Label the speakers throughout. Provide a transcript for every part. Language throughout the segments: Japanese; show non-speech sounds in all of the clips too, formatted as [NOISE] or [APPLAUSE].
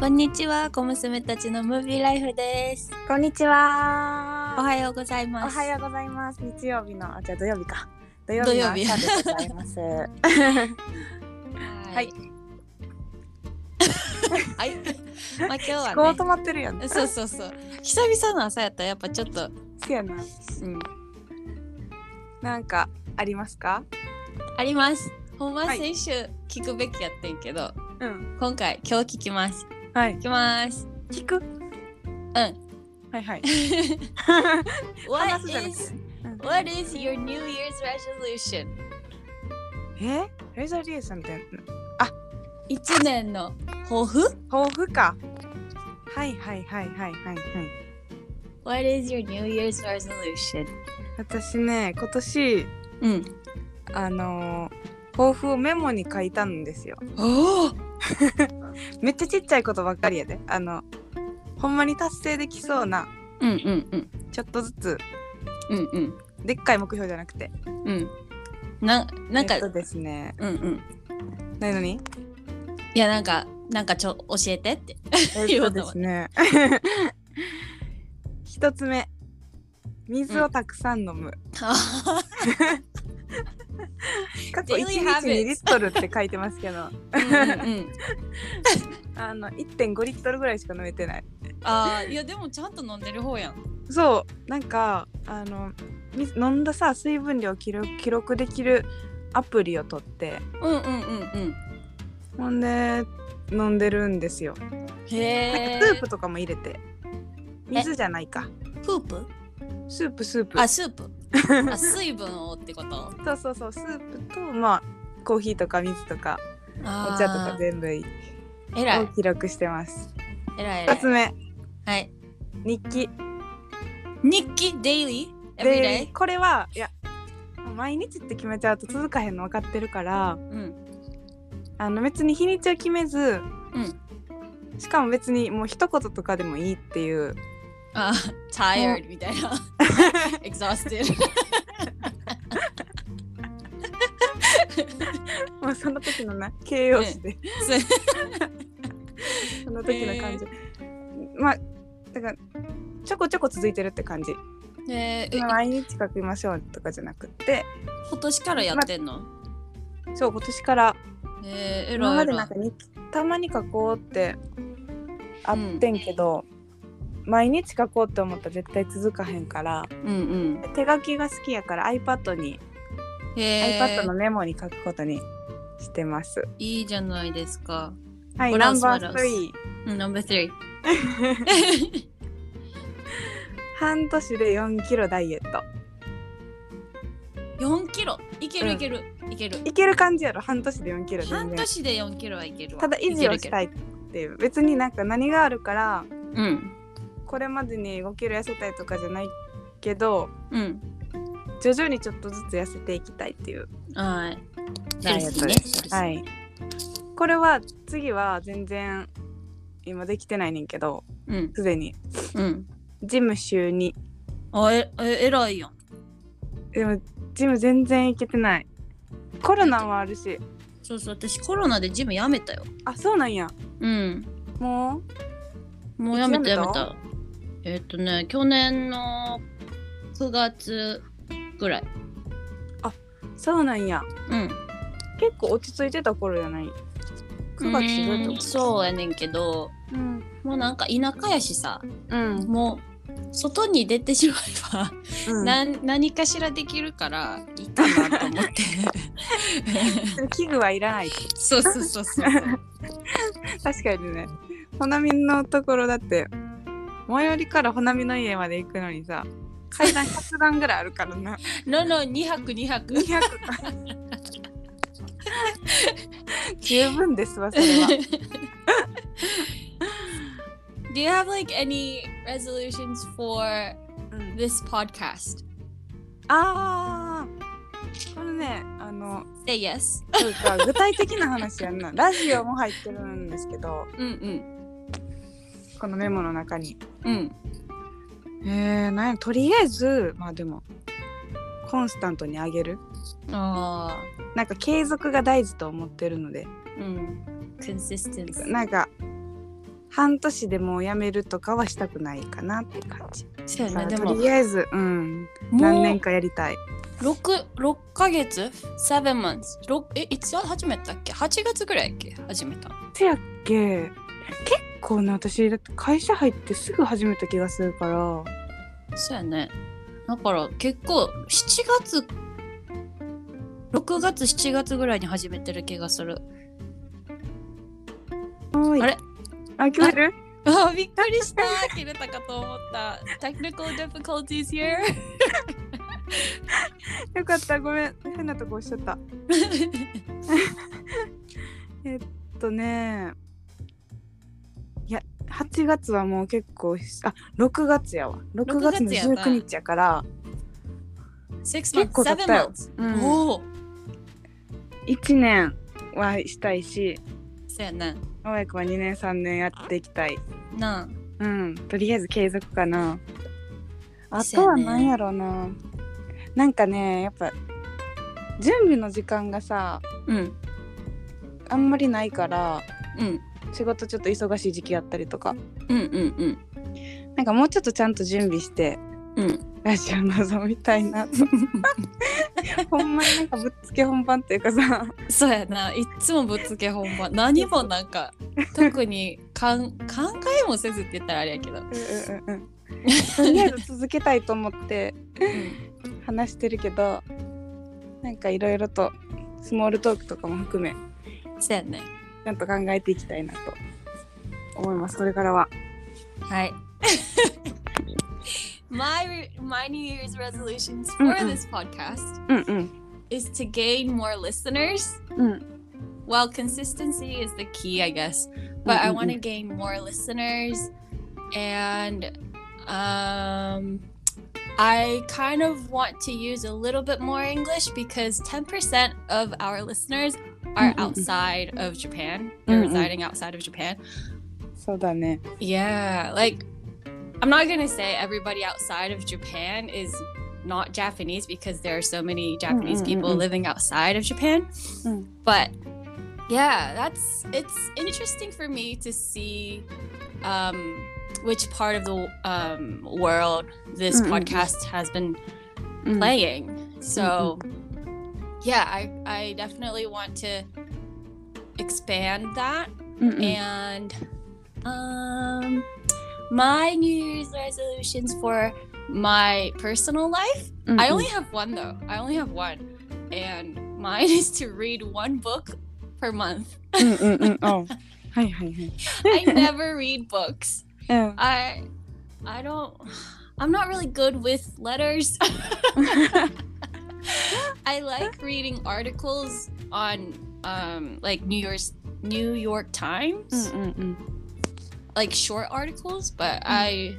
Speaker 1: こんにちは、小娘たちのムービーライフです。
Speaker 2: こんにちは。
Speaker 1: おはようござい
Speaker 2: お
Speaker 1: ます。
Speaker 2: はようございます。日曜日のあじゃあ土曜日か。土曜
Speaker 1: 土
Speaker 2: 日
Speaker 1: 曜
Speaker 2: の
Speaker 1: 日
Speaker 2: 朝でござい
Speaker 1: [LAUGHS]
Speaker 2: ます。
Speaker 1: は
Speaker 2: はいい。
Speaker 1: [LAUGHS] はい。まあ今日は
Speaker 2: こう
Speaker 1: ね
Speaker 2: 止。まってるよね。
Speaker 1: そうそうそう。久々の朝やったらやっぱちょっと、
Speaker 2: そうやな。
Speaker 1: うん、
Speaker 2: なんかありますか？
Speaker 1: あります。ほんまは
Speaker 2: はい
Speaker 1: 先週聞くべきやってんけど、
Speaker 2: うん。
Speaker 1: 今回今日聞きます。
Speaker 2: はい
Speaker 1: 聞。き
Speaker 2: [LAUGHS]
Speaker 1: ます。
Speaker 2: 聞く？
Speaker 1: うん。
Speaker 2: は
Speaker 1: [LAUGHS]
Speaker 2: いはい。話
Speaker 1: What
Speaker 2: すじゃなくて
Speaker 1: is
Speaker 2: ね。うん
Speaker 1: What is your New Year's resolution?
Speaker 2: え？レザリエーションって
Speaker 1: 一年の抱負
Speaker 2: 抱負か。はいはいはいはいはいはい。
Speaker 1: ？What is your New Year's resolution?
Speaker 2: 私ね今年
Speaker 1: うん。
Speaker 2: あのー抱負をメモに書いたんですよ。
Speaker 1: おお。
Speaker 2: めっちゃちっちゃいことばっかりやで。あのほんまに達成できそうな
Speaker 1: うんうんうん
Speaker 2: ちょっとずつ
Speaker 1: うんうん。
Speaker 2: でっかい目標じゃなくて。
Speaker 1: うん。ななんか、
Speaker 2: えっとですね。
Speaker 1: うんうん。[LAUGHS]
Speaker 2: 何何？
Speaker 1: いやなんかなんかちょ教えてって。
Speaker 2: えっとですね。 [LAUGHS] 一つ目、水をたくさん飲む。過去
Speaker 1: Daily
Speaker 2: 一日
Speaker 1: habits
Speaker 2: 2リットルって書いてますけ
Speaker 1: う
Speaker 2: ど、
Speaker 1: んうんうん。
Speaker 2: あの1.5リットルぐらいしか飲めてない。
Speaker 1: [LAUGHS] ああいやでもちゃんと飲んでる方やん。
Speaker 2: そう、なんかあの水飲んださ水分量を記録記録できるアプリを取って、
Speaker 1: うんうんうんうん。
Speaker 2: ほんで飲んでるんですよ。
Speaker 1: へ
Speaker 2: なん
Speaker 1: え。
Speaker 2: かスープとかも入れて。水じゃないか。
Speaker 1: プープ？
Speaker 2: スープスープ。
Speaker 1: あスープ。あ水分をってこと。
Speaker 2: そうそうそうスープとまあコーヒーとか水とかお茶とか全部
Speaker 1: えら
Speaker 2: を
Speaker 1: い
Speaker 2: 記録してます。
Speaker 1: えらいえら
Speaker 2: 二
Speaker 1: い
Speaker 2: つ。目
Speaker 1: はい。
Speaker 2: 日記
Speaker 1: 日記デイリー？エブリデ
Speaker 2: でこれはいや毎日って決めちゃうと続かへんの分かってるから
Speaker 1: うん
Speaker 2: あの別に日にちを決めず、しかも別にもう一言とかでもいいっていう
Speaker 1: あー tired みたいな。exhausted。
Speaker 2: もうその時のな形容詞でその時の感じ、まあだからちょこちょこ続いてるって感じ
Speaker 1: えー、え
Speaker 2: 毎日書きましょうとかじゃなくって
Speaker 1: 今年からやってんの？
Speaker 2: そう今年から
Speaker 1: えー、え
Speaker 2: 今
Speaker 1: らいえ
Speaker 2: までな
Speaker 1: ら
Speaker 2: ん
Speaker 1: い
Speaker 2: か。日記たまに書こうってあってんけど、毎日書こうって思ったら絶対続かへんから
Speaker 1: うん
Speaker 2: 手書きが好きやから iPad に、
Speaker 1: うん。へ
Speaker 2: iPad の
Speaker 1: ー
Speaker 2: メモに書くことにしてます。
Speaker 1: いいじゃないですか。
Speaker 2: はい
Speaker 1: フラ
Speaker 2: ナ
Speaker 1: ン
Speaker 2: ン
Speaker 1: スワ
Speaker 2: バ
Speaker 1: ロス
Speaker 2: ー3
Speaker 1: うん、ナンバ
Speaker 2: [LAUGHS]
Speaker 1: ー3。
Speaker 2: 半年で4キロダイエット
Speaker 1: 4キロいける
Speaker 2: うん
Speaker 1: いける、いける。
Speaker 2: いける感じやろ半年で4キロ全然
Speaker 1: 半年で4キロはいけるわ。
Speaker 2: ただ維持をした
Speaker 1: い
Speaker 2: いっていう別になんか何があるから
Speaker 1: ける。いけるうん。
Speaker 2: これまでに5キロ痩せたいとかじゃないけど
Speaker 1: うん。
Speaker 2: 徐々にちょっとずつ痩せていきたいっていう
Speaker 1: はい。。
Speaker 2: ダイエットではいい。これは次は全然今できてないねんけど、
Speaker 1: うん。
Speaker 2: すでに
Speaker 1: うん。
Speaker 2: ジム週2。
Speaker 1: あ、え、え、えらいやん。
Speaker 2: でもジム全然行けてない。コロナもあるし。
Speaker 1: そうそう、私コロナでジムやめたよ。
Speaker 2: あ、そうなんや。
Speaker 1: うん。
Speaker 2: もう
Speaker 1: もうやめた
Speaker 2: いつ
Speaker 1: や
Speaker 2: や
Speaker 1: め
Speaker 2: めた
Speaker 1: た。えっとね、去年の9月ぐらい。
Speaker 2: そうなんや。
Speaker 1: うん。
Speaker 2: 結構落ち着いてた頃じゃない。9月ってどうやって
Speaker 1: うんそうやねんけど、
Speaker 2: うん。
Speaker 1: もうなんか田舎やしさ、
Speaker 2: うん。
Speaker 1: もう外に出てしまえば、
Speaker 2: うん、
Speaker 1: なん何かしらできるからいいかなと思って
Speaker 2: 器具はいらない。
Speaker 1: [LAUGHS] そうそうそう [LAUGHS] そう
Speaker 2: 確かにね。ほなみのところだって、最寄りからほなみの家まで行くのにさ、階段100段ぐらいあるからな。
Speaker 1: のの2泊2泊
Speaker 2: 200十分ですわそれは
Speaker 1: Do you have like any resolutions for
Speaker 2: うん、
Speaker 1: this podcast?
Speaker 2: あーこのねあの
Speaker 1: Say yes
Speaker 2: そうか具体的な話やんなラジオも入ってるんですけど
Speaker 1: うん
Speaker 2: このメモの中に
Speaker 1: うんうん
Speaker 2: えー、なんやとりあえずまあでもコンスタントに上げる
Speaker 1: あ
Speaker 2: なんか継続が大事と思ってるので
Speaker 1: あうん Consistency
Speaker 2: なんか半年でもう辞めるとかはしたくないかなって感じ。
Speaker 1: そうや
Speaker 2: だ
Speaker 1: ね
Speaker 2: か
Speaker 1: で
Speaker 2: ら
Speaker 1: も
Speaker 2: とりあえず、うん、何
Speaker 1: も
Speaker 2: 年
Speaker 1: う
Speaker 2: かやりたい。
Speaker 1: 六六ヶ月 ?7 months 六えいつ始めたっけ ?8 月ぐらいやっけ始めたの
Speaker 2: せやっけ結構ね私だって会社入ってすぐ始めた気がするから
Speaker 1: そうやねだから結構7月6月7月ぐらいに始めてる気がする
Speaker 2: はーい
Speaker 1: あれ
Speaker 2: あ聞こえる
Speaker 1: [LAUGHS] あびっくりした切れたかと思った Technical difficulties here [LAUGHS]
Speaker 2: よかったごめん変なとこ押しちゃったえっとねいや8月はもう結構ひあ6月やわ6月
Speaker 1: 6
Speaker 2: の
Speaker 1: 月やな
Speaker 2: 19日やから
Speaker 1: 6
Speaker 2: 結
Speaker 1: months
Speaker 2: 構経
Speaker 1: 7
Speaker 2: ったよ
Speaker 1: months、
Speaker 2: うん
Speaker 1: おお
Speaker 2: 1年はしたいし
Speaker 1: そうやね
Speaker 2: まもやくは2年3年やっていきたい
Speaker 1: なあ
Speaker 2: うんとりあえず継続かなあ
Speaker 1: そう
Speaker 2: と
Speaker 1: や
Speaker 2: は
Speaker 1: ね
Speaker 2: 何やろうななんかねやっぱ準備の時間がさ
Speaker 1: うん
Speaker 2: あんまりないから
Speaker 1: うん
Speaker 2: 仕事ちょっと忙しい時期やったりとか
Speaker 1: うんうん
Speaker 2: なんかもうちょっとちゃんと準備して
Speaker 1: うんうん
Speaker 2: ラジオ臨みたい [LAUGHS] なとほんまになんかぶっつけ本番っていうかさ
Speaker 1: そうやないっつもぶっつけ本番何もなんか特にかん [LAUGHS] 考えもせずって言ったらあれやけ [LAUGHS] ど、
Speaker 2: うんうんうんとりあえず続けたいと思って話してるけどなんかいろいろとスモールトークとかも含め
Speaker 1: そうやね
Speaker 2: ちゃんと考えていきたいなと思いますこれからは
Speaker 1: はい [LAUGHS] My, my New Year's resolutions for
Speaker 2: うんうん
Speaker 1: this podcast
Speaker 2: うんうん
Speaker 1: is to gain more listeners.
Speaker 2: うん、
Speaker 1: Well, consistency is the key, I guess. But I
Speaker 2: Mm, mm,
Speaker 1: want to gain more listeners. And um, I kind of want to use a little bit more English because 10% of our listeners are
Speaker 2: Mm, mm, mm.
Speaker 1: outside of Japan. They're
Speaker 2: Mm, mm.
Speaker 1: residing outside of Japan.
Speaker 2: そうだね。
Speaker 1: Yeah, like I'm not gonna say everybody outside of Japan is not Japanese because there are so many Japanese
Speaker 2: mm, mm,
Speaker 1: people
Speaker 2: mm.
Speaker 1: living outside of Japan.
Speaker 2: Mm.
Speaker 1: But yeah, that's it's interesting for me to see um, which part of the um, world this
Speaker 2: Mm, mm, mm.
Speaker 1: podcast has been
Speaker 2: うん、
Speaker 1: playing. So yeah, I I definitely want to expand that
Speaker 2: うんうん、
Speaker 1: and um my new year's resolutions for my personal life
Speaker 2: うん
Speaker 1: i only have one though i only have one and mine [LAUGHS] is to read one book per month
Speaker 2: うんうんうんうん。おはいはいはい。
Speaker 1: i never read books
Speaker 2: うん。
Speaker 1: i i don't i'm not really good with letters [LAUGHS] i like reading articles on um like new year's new york times
Speaker 2: うんうんうん。
Speaker 1: like short articles, but I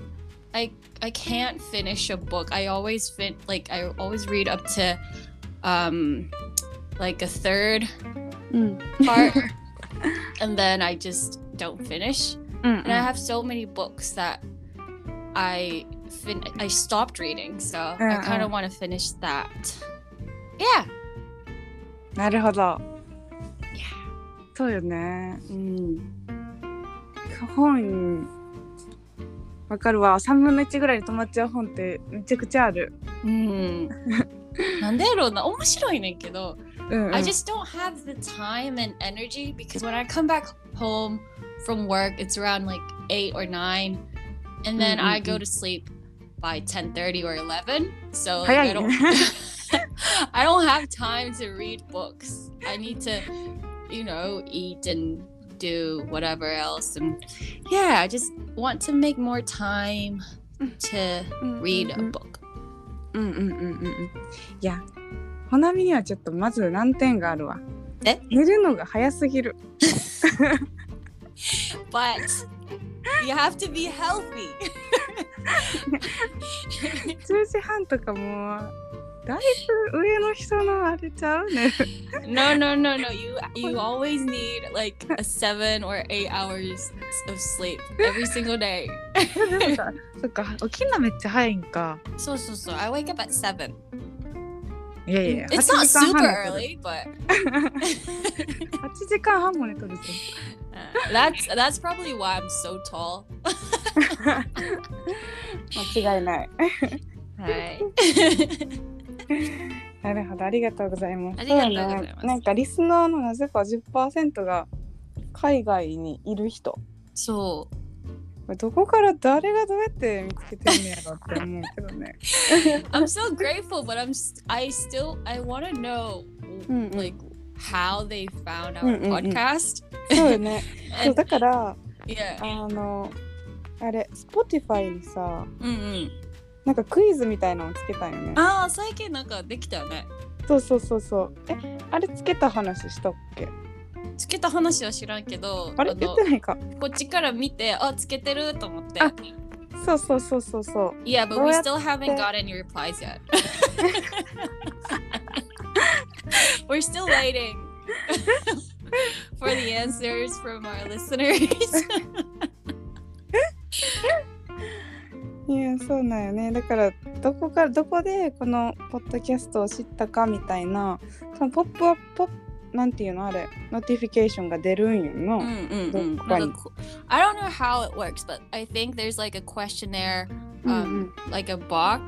Speaker 1: I I can't finish a book. I always fin like I always read up to um like a third
Speaker 2: うん。
Speaker 1: part and then I just don't finish.
Speaker 2: うんうん
Speaker 1: And I have so many books that I fin I stopped reading, so I kind
Speaker 2: Uh-uh.
Speaker 1: of want to finish that. Yeah.
Speaker 2: なるほど。そうよね。
Speaker 1: Mm.
Speaker 2: 本。わかるわ。三分の一ぐらいに止まっちゃう本ってめちゃくちゃある。
Speaker 1: Mm. なんでやろうな面白いねんけど、
Speaker 2: うん、うん。
Speaker 1: I just don't have the time and energy because when I come back home from work, it's around like eight or nine, and then
Speaker 2: Mm,
Speaker 1: I
Speaker 2: mm,
Speaker 1: go to sleep by ten thirty or eleven. So like, I
Speaker 2: Hayai. [LAUGHS]
Speaker 1: don't, [LAUGHS] I don't have time to read books. I need to, you know, eat and do whatever else, and yeah, I just want to make more time
Speaker 2: Mm.
Speaker 1: to
Speaker 2: うん
Speaker 1: read
Speaker 2: う
Speaker 1: a
Speaker 2: ん
Speaker 1: book.
Speaker 2: うんうんうんうんうん。いや。ほなみにはちょっとまず難点があるわ。
Speaker 1: え
Speaker 2: 寝るのが早すぎる。
Speaker 1: but you have to be healthy.
Speaker 2: 10時半とかもうだいぶ上の人のあれちゃう [LAUGHS] ね
Speaker 1: no, no, no, no. You you always need like a seven or eight hours of sleep every single day.
Speaker 2: そっか起きんのめっちゃ早いんか
Speaker 1: So so so. I wake up at seven.
Speaker 2: いやいや、
Speaker 1: It's
Speaker 2: 8
Speaker 1: not
Speaker 2: 時間
Speaker 1: super
Speaker 2: 半寝て
Speaker 1: early, but
Speaker 2: る。8時間半も寝とるじ
Speaker 1: uh, that's that's probably why I'm so tall.
Speaker 2: ゃん。間違いない。
Speaker 1: [LAUGHS] はい。
Speaker 2: なるほど、ありがとうございます。
Speaker 1: ありがとうございます
Speaker 2: そうだねなんかリスナーのなぜか10%が海外にいる人。
Speaker 1: そう。
Speaker 2: どこから誰がどうやって見つけてるんやろって思うけど [LAUGHS] ね。
Speaker 1: I'm so grateful, but I'm s- I still I want to know
Speaker 2: うんうん
Speaker 1: like how they found our
Speaker 2: うんうんうん
Speaker 1: podcast.
Speaker 2: そうよ [LAUGHS] ね。そう
Speaker 1: And,
Speaker 2: だから、
Speaker 1: yeah.
Speaker 2: あの、あれ、Spotify にさ、
Speaker 1: うんうん。
Speaker 2: なんかクイズみたいなのをつけたんよね。
Speaker 1: ああ、最近なんかできたよね。
Speaker 2: そうそうそうそう。え、あれつけた話したっけ
Speaker 1: つけた話は知らんけど、
Speaker 2: あれ言
Speaker 1: の
Speaker 2: ってないか。
Speaker 1: こっちから見て、あ、つけてると思って。
Speaker 2: あそうそうそうそうそう。
Speaker 1: Yeah, but
Speaker 2: どう
Speaker 1: we
Speaker 2: やって
Speaker 1: still haven't got any replies yet. [LAUGHS] We're still waiting [LAUGHS] for the answers from our listeners.
Speaker 2: [LAUGHS] いやそうなんよねだからどこかどこでこのポッドキャストを知ったかみたいなそのポップアップポップなんていうのあれノティフィケーションが出るんよの、
Speaker 1: Mm-mm-mm.
Speaker 2: Right.
Speaker 1: Like a qu- I don't know how it works, but I think there's like a questionnaire,
Speaker 2: うんうん
Speaker 1: um, like a box.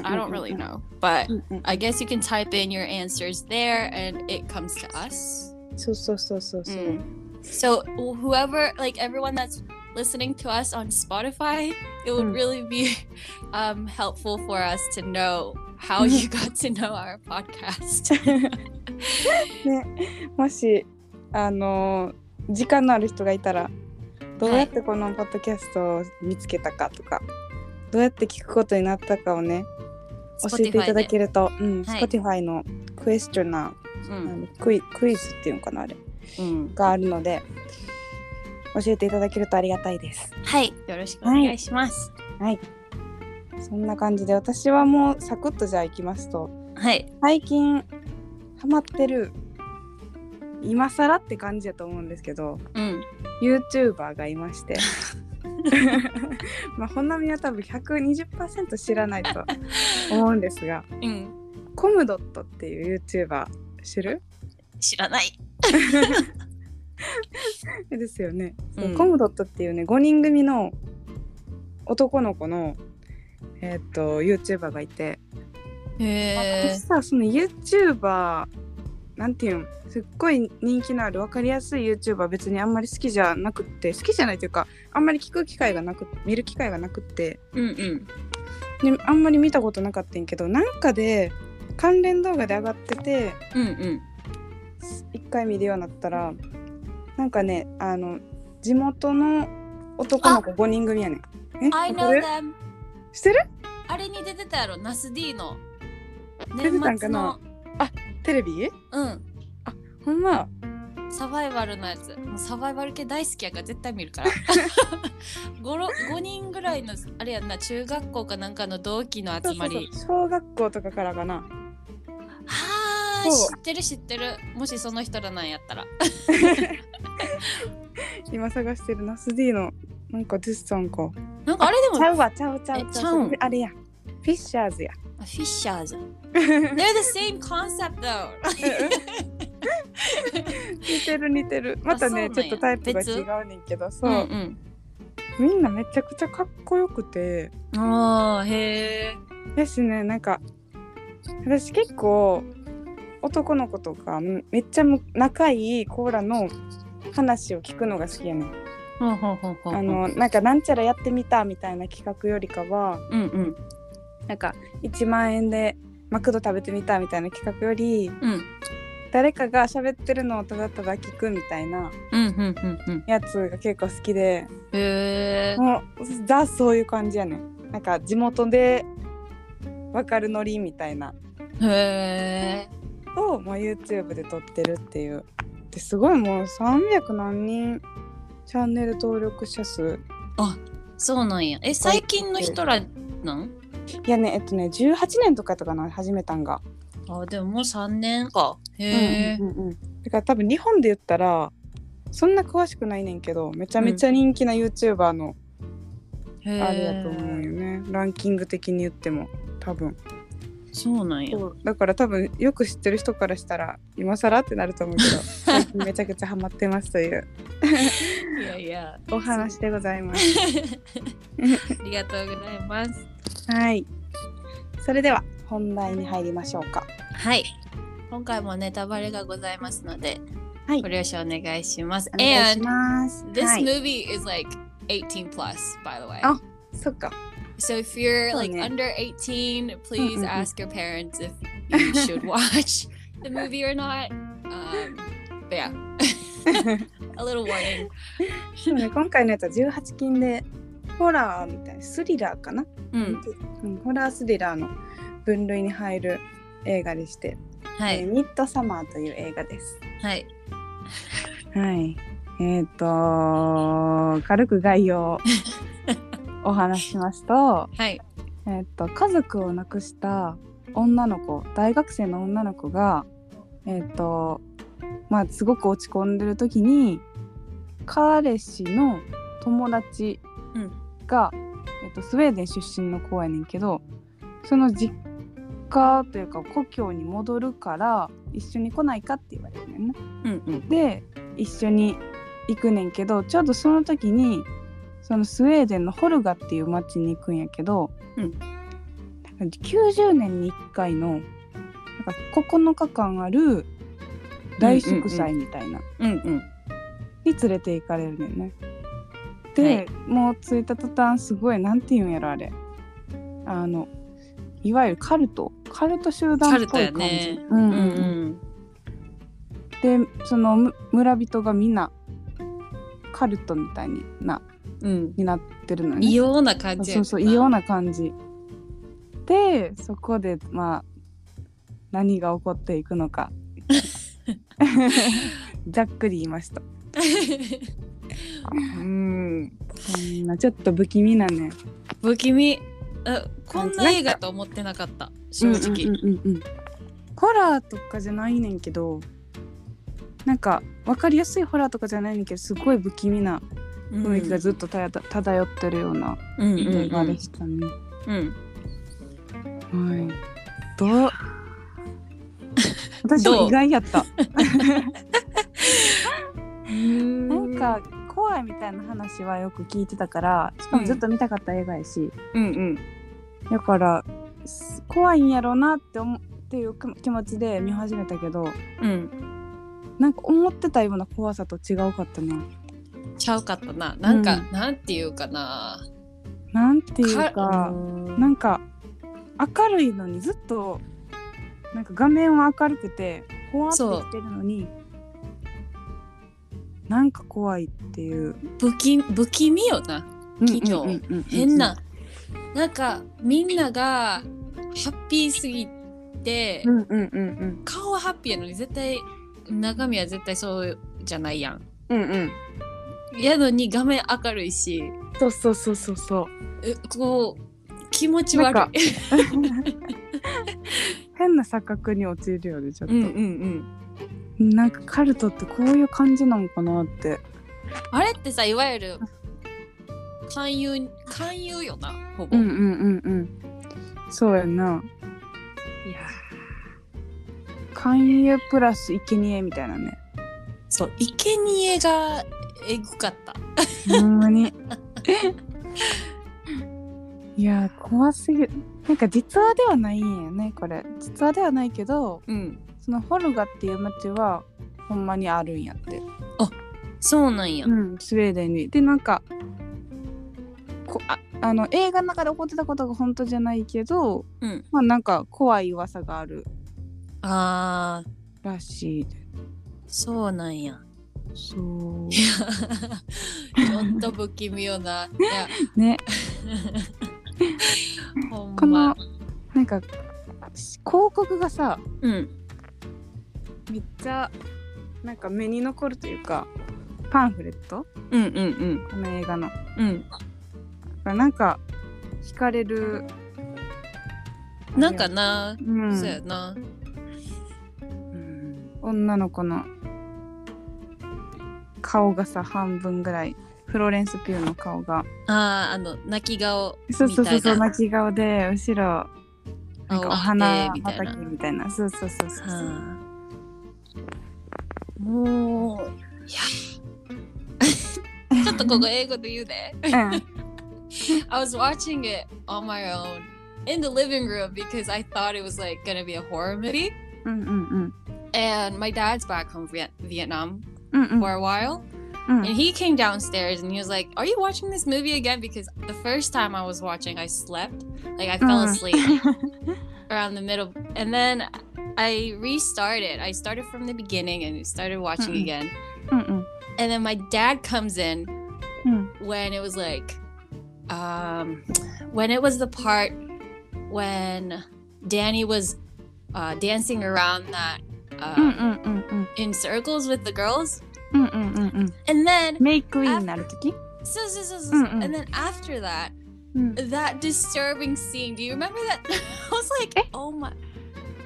Speaker 2: Mm,
Speaker 1: I
Speaker 2: mm,
Speaker 1: don't
Speaker 2: mm,
Speaker 1: really
Speaker 2: mm.
Speaker 1: know, but
Speaker 2: うんうん
Speaker 1: I guess you can type in your answers there, and it comes to us.
Speaker 2: そうそうそうそうそう、
Speaker 1: Mm. So wh- whoever, like everyone that's listening to us on Spotify, it would
Speaker 2: Mm.
Speaker 1: really be [LAUGHS] um, helpful for us to know how you got to know our podcast.
Speaker 2: もしあのー時間のある人がいたらどうやってこのポッドキャストを見つけたかとか、どうやって聞くことになったかをね教えていただけると、うん、
Speaker 1: はい
Speaker 2: Spotify のクエスチョナー、あ
Speaker 1: Mm,
Speaker 2: のクイクイズっていうのかなあれ
Speaker 1: mm.
Speaker 2: があるので教えていただけるとありがたいです
Speaker 1: はい、よろしくお願いします。
Speaker 2: そんな感じで私はもうサクッとじゃあいきますと
Speaker 1: はい、
Speaker 2: 最近ハマってる今更って感じやと思うんですけど
Speaker 1: うん、
Speaker 2: YouTuber がいまして [LAUGHS] まあ本並は多分120%知らないと思うんですが
Speaker 1: うん、
Speaker 2: コムドットっていう YouTuber 知る
Speaker 1: 知らない。
Speaker 2: ですよね、
Speaker 1: うん
Speaker 2: コムドットっていうね5人組の男の子のえーっと YouTuber がいて、
Speaker 1: へ
Speaker 2: 私さその YouTuber なんていうんすっごい人気のある分かりやすい YouTuber 別にあんまり好きじゃなくって好きじゃないというかあんまり聞く機会がなく見る機会がなくって
Speaker 1: ー、うんうん、
Speaker 2: であんまり見たことなかったんやけどなんかで関連動画で上がってて
Speaker 1: うんうん、
Speaker 2: 一回見るようになったらなんかねあの地元の男の子5人組やねん。え
Speaker 1: I
Speaker 2: わか
Speaker 1: know
Speaker 2: る
Speaker 1: them.
Speaker 2: してる
Speaker 1: あれに出てたやろ、ナス D の
Speaker 2: 出てたん
Speaker 1: 年
Speaker 2: か
Speaker 1: 末
Speaker 2: な
Speaker 1: の、
Speaker 2: テレビ
Speaker 1: うん。
Speaker 2: ほんま
Speaker 1: サバイバルのやつもうサバイバル系大好きやから絶対見る
Speaker 2: [LAUGHS]
Speaker 1: から 5, ろ5人ぐらいのあれやんな中学校かなんかの同期の
Speaker 2: そ
Speaker 1: 集
Speaker 2: うそ
Speaker 1: ま
Speaker 2: う
Speaker 1: り
Speaker 2: そう小学校とかからかな
Speaker 1: はあ
Speaker 2: そ
Speaker 1: 知
Speaker 2: う
Speaker 1: ってる知ってるもしその人らなんやったら
Speaker 2: 今探してるナス D のなんかデッサンか
Speaker 1: なんかあれで
Speaker 2: ちゃ
Speaker 1: も
Speaker 2: うわちゃうちゃう
Speaker 1: えちゃうん
Speaker 2: あれやフィッシャーズや
Speaker 1: あフィッシャー
Speaker 2: [LAUGHS]
Speaker 1: ズ They're the same concept though
Speaker 2: 似てる似てるまたね
Speaker 1: あ
Speaker 2: ち
Speaker 1: そうなんや
Speaker 2: ょっとタイプが
Speaker 1: 別
Speaker 2: 違うねんけどそうう、
Speaker 1: ん
Speaker 2: みんなめちゃくちゃかっこよくて
Speaker 1: うんあーへえ
Speaker 2: やしねなんか私結構男の子とかめめっちゃむ仲いい子らの話を聞くのが好きやねん
Speaker 1: ほんほんほんほん
Speaker 2: あ
Speaker 1: ほん
Speaker 2: のなんかなんちゃらやってみたみたいな企画よりかは
Speaker 1: うんうん
Speaker 2: なんか1万円でマクド食べてみたみたいな企画より
Speaker 1: うん
Speaker 2: 誰かが喋ってるのをただただ聞くみたいな
Speaker 1: うんうんうんうん
Speaker 2: やつが結構好きで
Speaker 1: へえ
Speaker 2: もうザそういう感じやねんなんか地元でわかるノリみたいな
Speaker 1: へえ
Speaker 2: を、まあ、YouTube で撮ってるっていうですごいもう300何人チャンネル登録者数
Speaker 1: そうなんやえ最近の人らなん
Speaker 2: いやねえっとね18年とかやったかな始めたんが
Speaker 1: あでももう3年か。へえ。
Speaker 2: うんうんうんうんだから多分日本で言ったらそんな詳しくないねんけどめちゃめちゃ人気な YouTuber の
Speaker 1: へえ
Speaker 2: あれやと思うよね、ランキング的に言っても多分
Speaker 3: そうなんや。
Speaker 2: そうだから多分よく知ってる人からしたら今更ってなると思うけ [LAUGHS] ど最近めちゃくちゃハマってますという
Speaker 1: いやい [LAUGHS] や。
Speaker 2: お話でございます。
Speaker 1: ありがとうございます。
Speaker 2: はい。それでは本題に入りましょうか。
Speaker 1: はい。今回もネタバレがございますので、
Speaker 2: はい
Speaker 1: ご了承お願いします。
Speaker 2: お願いし
Speaker 1: And
Speaker 2: ます。
Speaker 1: this
Speaker 2: はい
Speaker 1: movie is like 18 plus, by the way.
Speaker 2: あそっか。 [LAUGHS]
Speaker 1: So if you're like
Speaker 2: そうね。
Speaker 1: under 18, please
Speaker 2: うんうんうん。
Speaker 1: ask your parents if you should watch the movie or not. Um, but yeah,
Speaker 2: で
Speaker 1: a little warning.
Speaker 2: もね今回のやつは18禁でホラーみたいなスリラーかな、
Speaker 1: うん。
Speaker 2: うん、ホラースリラーの分類に入る映画でして、
Speaker 1: は
Speaker 2: えー
Speaker 1: い。
Speaker 2: ミッドサマーという映画です。
Speaker 1: はい。
Speaker 2: はい。えっ、と軽く概要をお話しします
Speaker 1: [LAUGHS]
Speaker 2: と、
Speaker 1: はい。
Speaker 2: えっ、と家族を亡くした女の子、大学生の女の子がえっ、とまあすごく落ち込んでる時に彼氏の友達
Speaker 1: うん
Speaker 2: が、えっとスウェーデン出身の子やねんけどその実家というか故郷に戻るから一緒に来ないかって言われてんねんな。
Speaker 1: うんうん。
Speaker 2: で一緒に行くねんけどちょうどその時にそのスウェーデンのホルガっていう町に行くんやけど、
Speaker 1: うん
Speaker 2: なんか90年に1回のなんか9日間ある大祝祭みたいな
Speaker 1: うんうん。
Speaker 2: に連れて行かれるねんね。で、
Speaker 1: はい
Speaker 2: もう着いた途端すごいなんて言うんやろあれあのいわゆるカルトカルト集団っぽ
Speaker 1: カル
Speaker 2: い感じ。
Speaker 1: トやね
Speaker 2: うん
Speaker 1: う
Speaker 2: うんん
Speaker 1: う
Speaker 2: うん
Speaker 1: ん。
Speaker 2: でそのむ村人がみんなカルトみたいにな
Speaker 1: うん。
Speaker 2: になってるのね
Speaker 1: 異様な感じや
Speaker 2: そうそう異様な感じでそこでまあ何が起こっていく
Speaker 1: [LAUGHS]
Speaker 2: のかざっくり言いました
Speaker 1: [LAUGHS] うん
Speaker 2: こんなちょっと不気味なね
Speaker 1: 不気味あこんな映画と思ってなかった正直、
Speaker 2: うんうんうんうんホラーとかじゃないねんけどなんか分かりやすいホラーとかじゃないねんけどすごい不気味な
Speaker 1: うん
Speaker 2: 雰囲気がずっと漂った漂ってるような
Speaker 1: うんうん
Speaker 2: 映
Speaker 1: う
Speaker 2: 画
Speaker 1: ん
Speaker 2: でしたね。
Speaker 1: うん
Speaker 2: はい。 [LAUGHS] どう私
Speaker 1: ど
Speaker 2: も
Speaker 1: う
Speaker 2: 意外やった。
Speaker 1: うん
Speaker 2: [LAUGHS] なんか怖いみたいな話はよく聞いてたから、しかもずっと見たかった映画やし、
Speaker 1: うんうん
Speaker 2: だからす怖いんやろうなって思っていう気気持ちで見始めたけど、
Speaker 1: うん
Speaker 2: なんか思ってたような怖さと違うかったな。
Speaker 1: ちゃうかったななんか、
Speaker 2: うん
Speaker 1: なんていうかな
Speaker 2: なんていうか、
Speaker 1: か
Speaker 2: なんか明るいのにずっとなんか画面は明るくてほわっ
Speaker 1: そ
Speaker 2: と
Speaker 1: う
Speaker 2: してるのになんか怖いっていう
Speaker 1: 不気不気味よな奇妙
Speaker 2: うんうんうんうん
Speaker 1: 変な、なんかみんながハッピーすぎて、
Speaker 2: うんうんうんうん
Speaker 1: 顔はハッピーやのに絶対中身は絶対そうじゃないやん
Speaker 2: うんうん
Speaker 1: やのに画面明るいし
Speaker 2: そうそうそうそうそう
Speaker 1: えこう気持ち悪い。
Speaker 2: 変な錯覚に陥るよねちょ
Speaker 1: う
Speaker 2: っと、
Speaker 1: んうんうん。
Speaker 2: なんかカルトってこういう感じなのかなって
Speaker 1: あれってさいわゆる勧誘勧誘よなほぼ。
Speaker 2: うんうんうんうんそうやない
Speaker 1: や
Speaker 2: 勧誘プラス生贄みたいなね
Speaker 1: そう生贄がえぐかった。
Speaker 2: ほんま [LAUGHS] に。いやー怖すぎる。なんか実話ではないんやねこれ。実話ではないけど
Speaker 1: うん。
Speaker 2: そのホルガっていう町はほんまにあるんやって。
Speaker 1: そうなんや。
Speaker 2: うんスウェーデンに。でなんかこああの映画の中で起こってたことが本当じゃないけど、
Speaker 1: うん
Speaker 2: まあなんか怖い噂がある
Speaker 1: あー
Speaker 2: らしい。
Speaker 1: そうなんや。
Speaker 2: そう。
Speaker 1: ちょっと不気味よな。いや
Speaker 2: ね
Speaker 1: ほん
Speaker 2: この
Speaker 1: ま。
Speaker 2: なんかし広告がさ
Speaker 1: うん
Speaker 2: めっちゃなんか目に残るというかパンフレット
Speaker 1: うんうんうん
Speaker 2: この映画の
Speaker 1: うん。
Speaker 2: なんか惹かれる
Speaker 1: なんかな
Speaker 2: あ、れやうん
Speaker 1: そうやな。うん
Speaker 2: 女の子の顔がさ半分ぐらいフローレンス・ピューの顔が
Speaker 1: あああの泣き顔みたいな。
Speaker 2: そうそうそうそう泣き顔で後ろなんかお
Speaker 1: あ
Speaker 2: 花
Speaker 1: ってみたいな
Speaker 2: 畑みたいな。そうそうそうそう。
Speaker 1: はあ、もういやちょっとここ英語で [LAUGHS] 言うね
Speaker 2: うん。
Speaker 1: I was watching it on my own in the living room because I thought it was like gonna be a horror movie.
Speaker 2: うんうん
Speaker 1: And my dad's back from Viet- Vietnam
Speaker 2: うん。うんうん。
Speaker 1: for a while.
Speaker 2: うん
Speaker 1: And he came downstairs and he was like, Are you watching this movie again? Because the first time I was watching, I slept. Like I fell
Speaker 2: Mm.
Speaker 1: asleep
Speaker 2: [LAUGHS]
Speaker 1: around the middle. And then I restarted. I started from the beginning and started watching
Speaker 2: Mm-mm.
Speaker 1: again.
Speaker 2: うんうん。
Speaker 1: And then my dad comes in
Speaker 2: Mm.
Speaker 1: when it was like, um, when it was the part when Danny was uh, dancing around that uh,
Speaker 2: うんうんうんうん。
Speaker 1: in circles with the girls.
Speaker 2: うんうんうんうん。
Speaker 1: And then,
Speaker 2: メイクインになるとき
Speaker 1: so, so, so, so,
Speaker 2: Mm-mm. Mm.
Speaker 1: and then after that,
Speaker 2: うん。
Speaker 1: that disturbing scene. Do you remember that? [LAUGHS] I was
Speaker 2: Eh?
Speaker 1: like, oh my,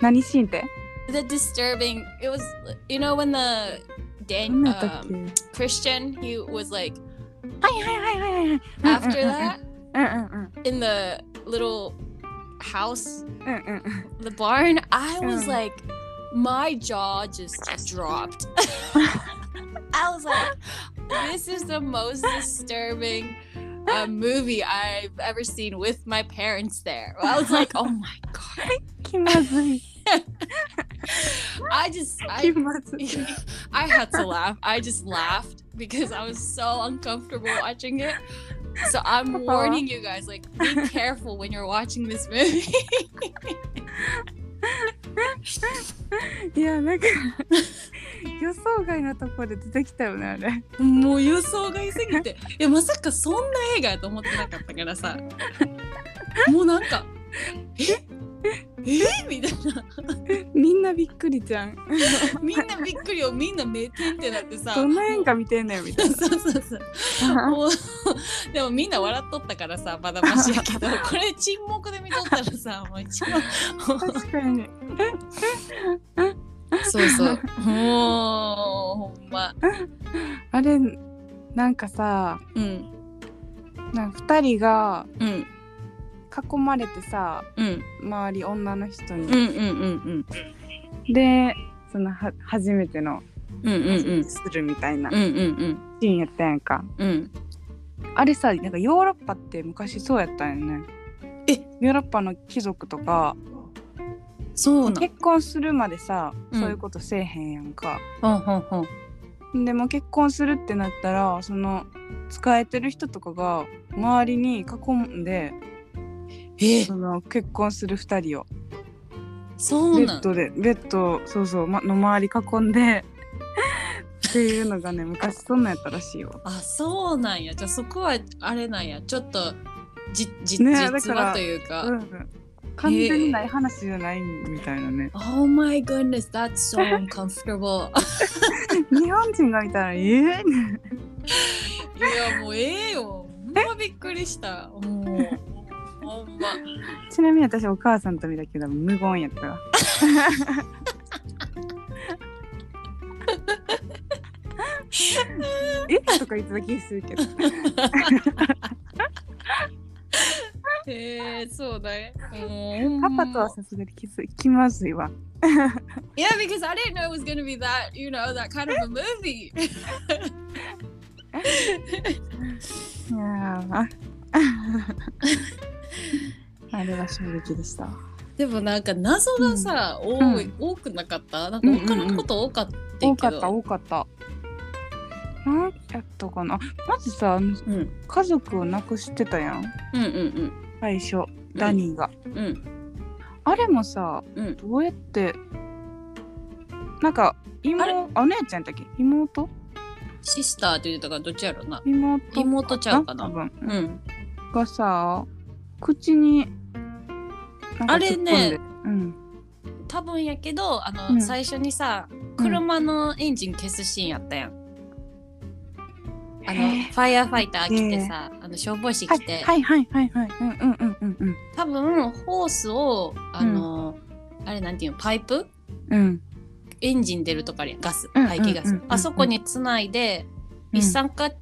Speaker 2: 何シーンって
Speaker 1: the disturbing. It was, you know, when the
Speaker 2: 何
Speaker 1: Dan
Speaker 2: だったっけ
Speaker 1: um, Christian he was like
Speaker 2: Mm, はいはいはいはいはい。
Speaker 1: after
Speaker 2: mm,
Speaker 1: that
Speaker 2: うんうんうん。
Speaker 1: in the little house,
Speaker 2: うんうんうん。
Speaker 1: the barn, I was
Speaker 2: Mm.
Speaker 1: like, my jaw just dropped. [LAUGHS] I was like, this is the most disturbing uh, movie I've ever seen with my parents there. I was like, oh my god.
Speaker 2: 気まずい。
Speaker 1: I just, [LAUGHS] I, [LAUGHS]
Speaker 2: 気まずい。
Speaker 1: I had to laugh. I just laughed because I was so uncomfortable watching it. So I'm warning you guys, like, be careful when you're watching this movie. [LAUGHS]
Speaker 2: いやなんか [LAUGHS] 予想外のところで出てきたよねあれ。
Speaker 1: もう予想外すぎていやまさかそんな映画やと思ってなかったからさもうなんかええみたいな
Speaker 2: [LAUGHS] みんなびっくりじゃん。
Speaker 1: みんなびっくりをみんな名店ってなってさ
Speaker 2: [LAUGHS] どんな演歌見てんねんみたい
Speaker 1: そうそうそう
Speaker 2: な。
Speaker 1: もうでもみんな笑っとったからさまだマシやけどこれ沈黙で見とったらさもう一番
Speaker 2: [LAUGHS] 確かに。
Speaker 1: そうそうもうほんま
Speaker 2: あれなんかさ
Speaker 1: うん
Speaker 2: なんか2人が
Speaker 1: うん
Speaker 2: 囲まれてさ
Speaker 1: うん
Speaker 2: 周り女の人
Speaker 1: うんう
Speaker 2: に。
Speaker 1: んうん
Speaker 2: でそのは初めての
Speaker 1: うんうんうん
Speaker 2: するみたいな
Speaker 1: うんうん
Speaker 2: シーンやったやんか。
Speaker 1: うんうん
Speaker 2: あれさなんかヨーロッパって昔そうやったんよね。
Speaker 1: え
Speaker 2: ヨーロッパの貴族とか
Speaker 1: そうなん
Speaker 2: 結婚するまでさ、
Speaker 1: うん
Speaker 2: そういうことせえへんやんか。
Speaker 1: ほんほんほん
Speaker 2: でも結婚するってなったらその使えてる人とかが周りに囲んで
Speaker 1: え
Speaker 2: その結婚する2人を
Speaker 1: そう
Speaker 2: ベ
Speaker 1: な
Speaker 2: ッ
Speaker 1: ん
Speaker 2: ドでベッドそうそう、ま、の周り囲んで [LAUGHS] っていうのがね昔そんなんやったらしいよ。
Speaker 1: あそうなんやじゃあそこはあれなんやちょっとじじ、
Speaker 2: ねだ
Speaker 1: 実
Speaker 2: か
Speaker 1: 話
Speaker 2: ら
Speaker 1: というか、
Speaker 2: うんうん、完全にない話じゃないみたい
Speaker 1: [LAUGHS]
Speaker 2: なね。
Speaker 1: Oh my goodness, that's so uncomfortable. [LAUGHS]
Speaker 2: 日本人が見たら「ええ
Speaker 1: いや、もうええよ。ほんまびっくりした。もう、ほんま。
Speaker 2: ちなみに私お母さんと見たけど無言やっ
Speaker 1: [LAUGHS]
Speaker 2: たわ。えとか言っただけするけど。
Speaker 1: ええそうだね。もうほん
Speaker 2: パ
Speaker 1: ま
Speaker 2: パとはさすがに気づきまずいわ。
Speaker 1: Yeah, because I didn't know it was gonna be that, you know, that kind of a movie.
Speaker 2: いや
Speaker 1: [LAUGHS]
Speaker 2: ーあれは衝撃でした。
Speaker 1: でもなんか謎がさ、多い、多くなかったなんか
Speaker 2: うんうん
Speaker 1: 他のこと多かったけど。
Speaker 2: 多かった多かった。なんやったかなまずさあの
Speaker 1: うん。うん
Speaker 2: 家族を亡くしてたやん
Speaker 1: うんうん。
Speaker 2: 最初ダニーが。
Speaker 1: うん。
Speaker 2: あれもさ、
Speaker 1: うん
Speaker 2: どうやってなん
Speaker 1: あ
Speaker 2: か
Speaker 1: れ
Speaker 2: 妹あお姉ちゃんだっけ妹
Speaker 1: シスターって言ってたからどっちやろうな。
Speaker 2: 妹か
Speaker 1: 妹ちゃうかな
Speaker 2: 多分、
Speaker 1: うん。
Speaker 2: がさ口になんか
Speaker 1: あれね
Speaker 2: 突っ込んで
Speaker 1: 多分やけど、あの、
Speaker 2: うん
Speaker 1: 最初にさ、車のエンジン消すシーンやったやん。
Speaker 2: うん、
Speaker 1: あの、
Speaker 2: へー
Speaker 1: ファイアファイター来てさ、あの、消防士
Speaker 2: は
Speaker 1: 来て、
Speaker 2: いはいはいはいはいうんうんうんうんうん
Speaker 1: 多分、ホースを、あの、あれなんていうの、パイプ
Speaker 2: うん
Speaker 1: エンジン出るとかあるやんガス、
Speaker 2: うん
Speaker 1: 排気ガ
Speaker 2: うん
Speaker 1: ス
Speaker 2: うんう。ん
Speaker 1: あそこにつないで、一酸化中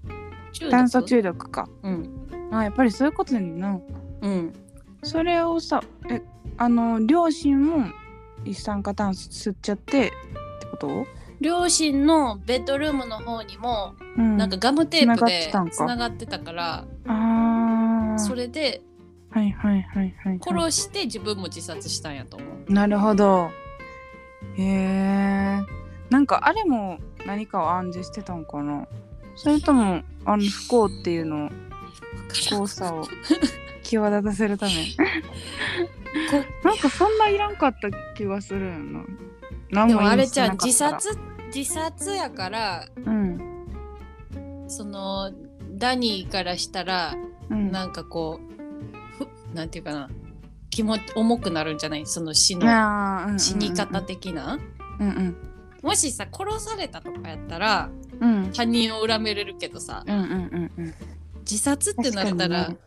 Speaker 1: 毒
Speaker 2: 炭素中毒か
Speaker 1: うん。
Speaker 2: あやっぱりそういうことだよな
Speaker 1: うん。
Speaker 2: それをさえあの両親も一酸化炭素吸っちゃってってこと、
Speaker 1: 両親のベッドルームの方にも
Speaker 2: うん、
Speaker 1: なんかガムテープで
Speaker 2: 繋がってたんか
Speaker 1: つながってたから、
Speaker 2: ああ
Speaker 1: それで
Speaker 2: はいはいはいはい、はい、
Speaker 1: 殺して自分も自殺したんやと思う。
Speaker 2: なるほどへえなんかあれも何かを暗示してたんかなそれともあの不幸ってい
Speaker 1: [LAUGHS]
Speaker 2: うのを不幸さを際立たせ
Speaker 1: [LAUGHS]
Speaker 2: るためなんかそんないらんかった気がするよな何
Speaker 1: でも
Speaker 2: 意
Speaker 1: あ
Speaker 2: 味
Speaker 1: れ
Speaker 2: し
Speaker 1: じ
Speaker 2: て
Speaker 1: ゃ
Speaker 2: な
Speaker 1: あ
Speaker 2: かったら
Speaker 1: 自殺自殺やから
Speaker 2: うん
Speaker 1: そのダニーからしたら
Speaker 2: うん
Speaker 1: なんかこうふなんていうかな気持ち重くなるんじゃないその死の
Speaker 2: あーうん
Speaker 1: 死に方的な、
Speaker 2: うんうん
Speaker 1: もしさ殺されたとかやったら
Speaker 2: うん
Speaker 1: 他人を恨めれるけどさ
Speaker 2: うんうんうんうん
Speaker 1: 自殺ってなった
Speaker 2: 確
Speaker 1: ら、
Speaker 2: かにね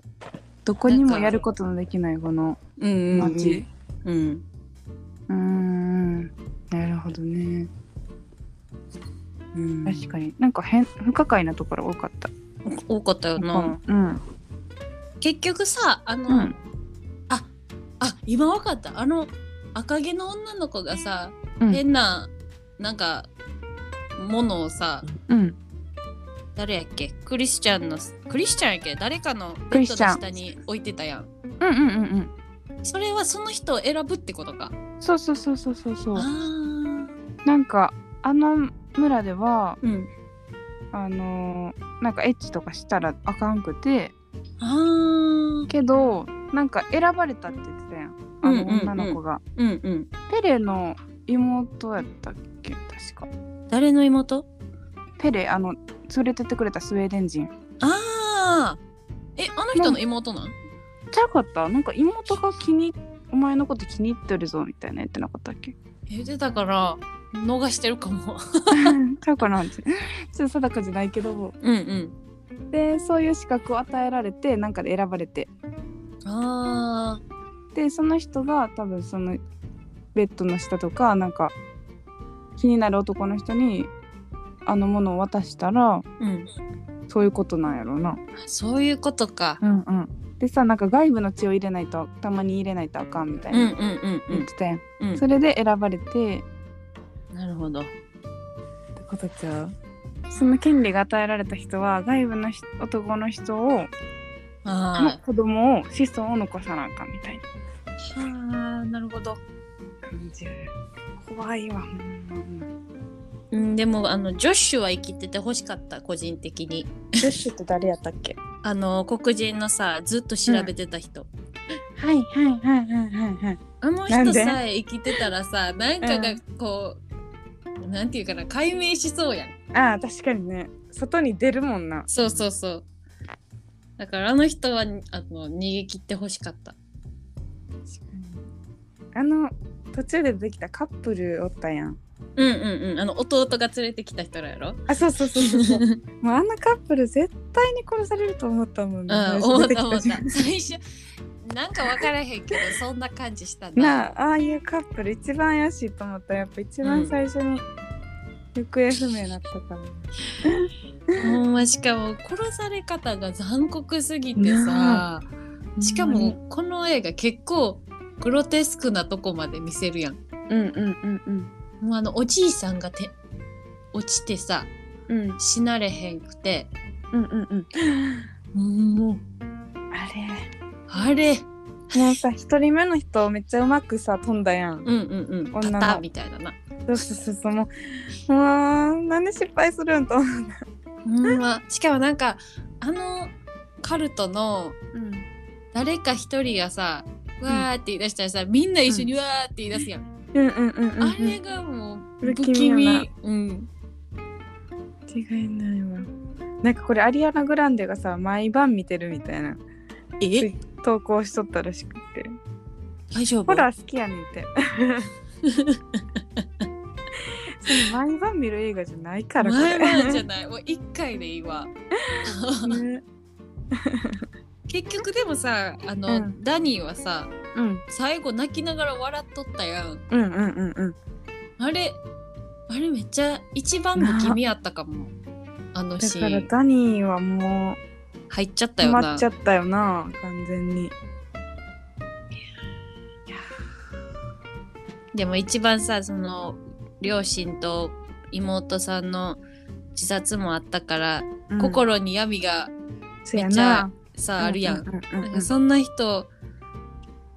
Speaker 2: どこにもやることのできないこの
Speaker 1: うんうんうん
Speaker 2: 街
Speaker 1: うん
Speaker 2: うーんなるほどね
Speaker 1: うん
Speaker 2: 確かになんか変不可解なところ多かった
Speaker 1: 多かったよな、
Speaker 2: うん
Speaker 1: 結局さあの、
Speaker 2: うん
Speaker 1: あ今わかったあの赤毛の女の子がさ、
Speaker 2: うん
Speaker 1: 変ななんかものをさ
Speaker 2: うん
Speaker 1: 誰やっけクリスチャンのクリスチャンやっけ誰かの
Speaker 2: ク
Speaker 1: ベ
Speaker 2: リ
Speaker 1: ッ
Speaker 2: ス
Speaker 1: ド
Speaker 2: チャ
Speaker 1: の
Speaker 2: ン
Speaker 1: 下に置いてたやん
Speaker 2: うんうんうん
Speaker 1: それはその人を選ぶってことか
Speaker 2: うんそうそうそうそうそうそ
Speaker 1: あ
Speaker 2: う
Speaker 1: ー
Speaker 2: なんかあの村では
Speaker 1: うん
Speaker 2: あのーなんかエッチとかしたらあかんくて
Speaker 1: あー
Speaker 2: けどなんか選ばれたって言ってたやんあの女の子が、
Speaker 1: うんうん
Speaker 2: ペレの妹やったっけ確か
Speaker 1: 誰の妹
Speaker 2: ペレあの連れてってくれたスウェーデン人
Speaker 1: ああえあの人の妹なん
Speaker 2: ちゃうかったなんか妹が気にお前のこと気に入ってるぞみたいな言ってなかったっけ
Speaker 1: 言ってたから逃してるかも
Speaker 2: [LAUGHS] ちゃうかなってちょっと定かじゃないけど
Speaker 1: うんうん
Speaker 2: でそういう資格を与えられてなんかで選ばれて
Speaker 1: あー
Speaker 2: でその人が多分そのベッドの下とかなんか気になる男の人にあのものを渡したら
Speaker 1: うん
Speaker 2: そういうことなんやろうな。
Speaker 1: そういうことか
Speaker 2: うんうん、でさなんか外部の血を入れないとたまに入れないとあかんみたい
Speaker 1: うんうん
Speaker 2: な
Speaker 1: うんう
Speaker 2: 言っ
Speaker 1: ん
Speaker 2: てたやん、
Speaker 1: うん
Speaker 2: それで選ばれて
Speaker 1: なるほど
Speaker 2: ってことちゃうその権利が与えられた人は外部の人男の人をの
Speaker 1: あ
Speaker 2: 子供を子孫を残さなあかんみたいな
Speaker 1: ーあーなるほど
Speaker 2: 感じ怖いわほんま
Speaker 1: うん、でもあのジョッシュは生きてて欲しかった個人的に
Speaker 2: ジョッシュって誰やったっけ
Speaker 1: あの黒人のさずっと調べてた人、
Speaker 2: はいはいはいはいはいはい
Speaker 1: あの
Speaker 2: なん
Speaker 1: 人
Speaker 2: で
Speaker 1: さえ生きてたらさなんか
Speaker 2: う
Speaker 1: が
Speaker 2: ん
Speaker 1: こう、なんていうかな解明しそうやん
Speaker 2: ああ確かにね外に出るもんな
Speaker 1: そうそうそうだからあの人はあの逃げ切って欲しかった
Speaker 2: あの途中で出てきたカップルおったやん
Speaker 1: うんうんうんあの弟が連れてきた人らやろ
Speaker 2: あそうそうそうそうそうもうあのカップル絶対に殺されると思ったもん
Speaker 1: う
Speaker 2: ね
Speaker 1: ん、思っ
Speaker 2: 出て
Speaker 1: た
Speaker 2: き
Speaker 1: 思った
Speaker 2: 瞬間
Speaker 1: 最初なんか分からへんけどそんな感じしたな
Speaker 2: なあああいうカップル一番怪しいと思ったらやっぱ一番最初に行方不明になったから、
Speaker 1: ほんましかも殺され方が残酷すぎてさ
Speaker 2: な
Speaker 1: しかもこの映画結構グロテスクなとこまで見せるやん
Speaker 2: うんうんうん
Speaker 1: もうあのおじいさんがて落ちてさ
Speaker 2: うんうん
Speaker 1: 死なれへんくて
Speaker 2: うんうんうん
Speaker 1: もう
Speaker 2: あ
Speaker 1: あれ
Speaker 2: れもうさ一人目の人めっちゃうまくさ飛んだやん
Speaker 1: うんうんうんパ
Speaker 2: 女の
Speaker 1: ターンみたいだな
Speaker 2: そうそうそうそうもううわーなんで失敗するんと思っ
Speaker 1: ほんましかもなんかあのカルトの
Speaker 2: たうん
Speaker 1: 誰か一人がさわーって言い出したらさみんな一緒にわーって言い出すやん、
Speaker 2: うんうんうんうん
Speaker 1: あれがもう
Speaker 2: 不
Speaker 1: 不
Speaker 2: 気
Speaker 1: 気
Speaker 2: 味やな
Speaker 1: 味うん
Speaker 2: 違いないわなんかこれアリアナ・グランデがさ毎晩見てるみたいな
Speaker 1: え
Speaker 2: 投稿しとったらしくて
Speaker 1: 大丈夫
Speaker 2: ホラー好きやねんって。
Speaker 1: [LAUGHS]
Speaker 2: その毎晩見る映画じゃないからこれ。
Speaker 1: 前々じゃないもう一回でいいわ
Speaker 2: ね
Speaker 1: 結局でもさあの、
Speaker 2: うん
Speaker 1: ダニーはさ
Speaker 2: うん
Speaker 1: 最後泣きながら笑っとったやん
Speaker 2: うんうんうんうん。
Speaker 1: あれあれめっちゃ一番不気味やったかもあの
Speaker 2: だ
Speaker 1: シ
Speaker 2: から
Speaker 1: ーン
Speaker 2: ダニーはも
Speaker 1: 入っちゃっ
Speaker 2: う
Speaker 1: た
Speaker 2: 止
Speaker 1: よ
Speaker 2: ま
Speaker 1: な
Speaker 2: っちゃったよな完全に。いやー
Speaker 1: でも一番さその両親と妹さんの自殺もあったから、
Speaker 2: うん
Speaker 1: 心に闇が
Speaker 2: そうや
Speaker 1: めっちゃ
Speaker 2: な
Speaker 1: さあるやん,、
Speaker 2: ううううん
Speaker 1: そんな人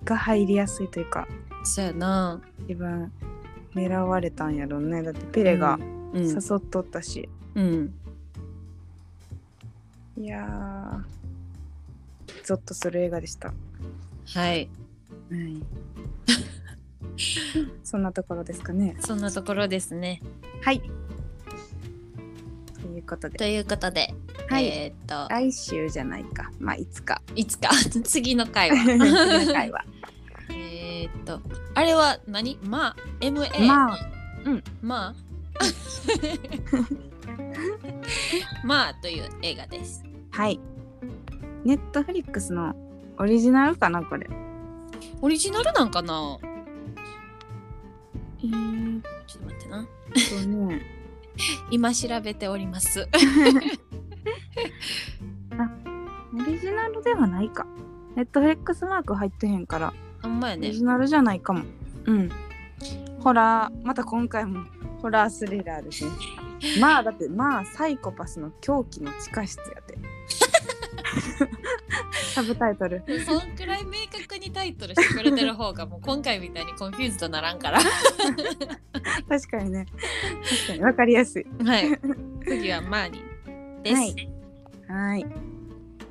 Speaker 2: が入りやすいというか
Speaker 1: そうやな
Speaker 2: 自分狙われたんやろうねだってペレが
Speaker 1: うん
Speaker 2: 誘っとったし、
Speaker 1: うん
Speaker 2: いやーゾッとする映画でした、
Speaker 1: はい
Speaker 2: はい、 [LAUGHS] そんなところですかね
Speaker 1: そんなところですね
Speaker 2: はいということで
Speaker 1: ということで、
Speaker 2: はい
Speaker 1: えーっと
Speaker 2: 来週じゃないかまあい
Speaker 1: [LAUGHS]
Speaker 2: つか
Speaker 1: いつか次の回
Speaker 2: [LAUGHS] 次の
Speaker 1: は
Speaker 2: 回は
Speaker 1: [LAUGHS] えーっとあれは何まあ MA
Speaker 2: まあ
Speaker 1: ま [LAUGHS] あまあという映画です
Speaker 2: はいネットフリックスのオリジナルかなこれ
Speaker 1: オリジナルなんかな
Speaker 2: えー、っ
Speaker 1: ちょっと待ってな
Speaker 2: とね
Speaker 1: 今調べております [LAUGHS]
Speaker 2: オリジナルではないか。ネットフリックスマーク入ってへんから、
Speaker 1: あんまや
Speaker 2: オ
Speaker 1: ね
Speaker 2: リジナルじゃないかも。うん。ホラー、また今回もホラースリラーですね。まあだって、まあサイコパスの狂気の地下室やで。 [LAUGHS] サブタイトル。
Speaker 1: そんくらい明確にタイトルしてくれてる方がもう今回みたいにコンフューズとならんから
Speaker 2: 確かにね。確かに分かりやすい。 [LAUGHS]
Speaker 1: はい次はマーニーです
Speaker 2: はいはい。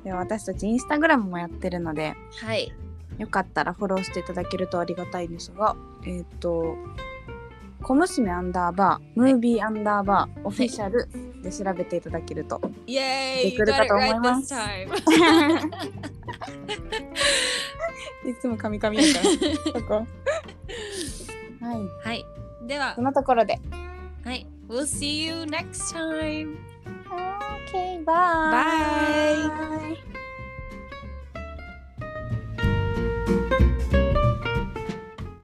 Speaker 2: では私たちインスタグラムもやってるので、
Speaker 1: はい、
Speaker 2: よかったらフォローしていただけるとありがたいですが、えっ、と、小娘アンダーバー、ムービーアンダーバー、オフィシャルで調べていただけると。
Speaker 1: イエーイ
Speaker 2: でくるかと思います
Speaker 1: You got it right this time
Speaker 2: [LAUGHS] いつもカミカミやから、そこ。はい。
Speaker 1: はいでは
Speaker 2: そのところで。
Speaker 1: はい We'll see you next time
Speaker 2: OK, bye!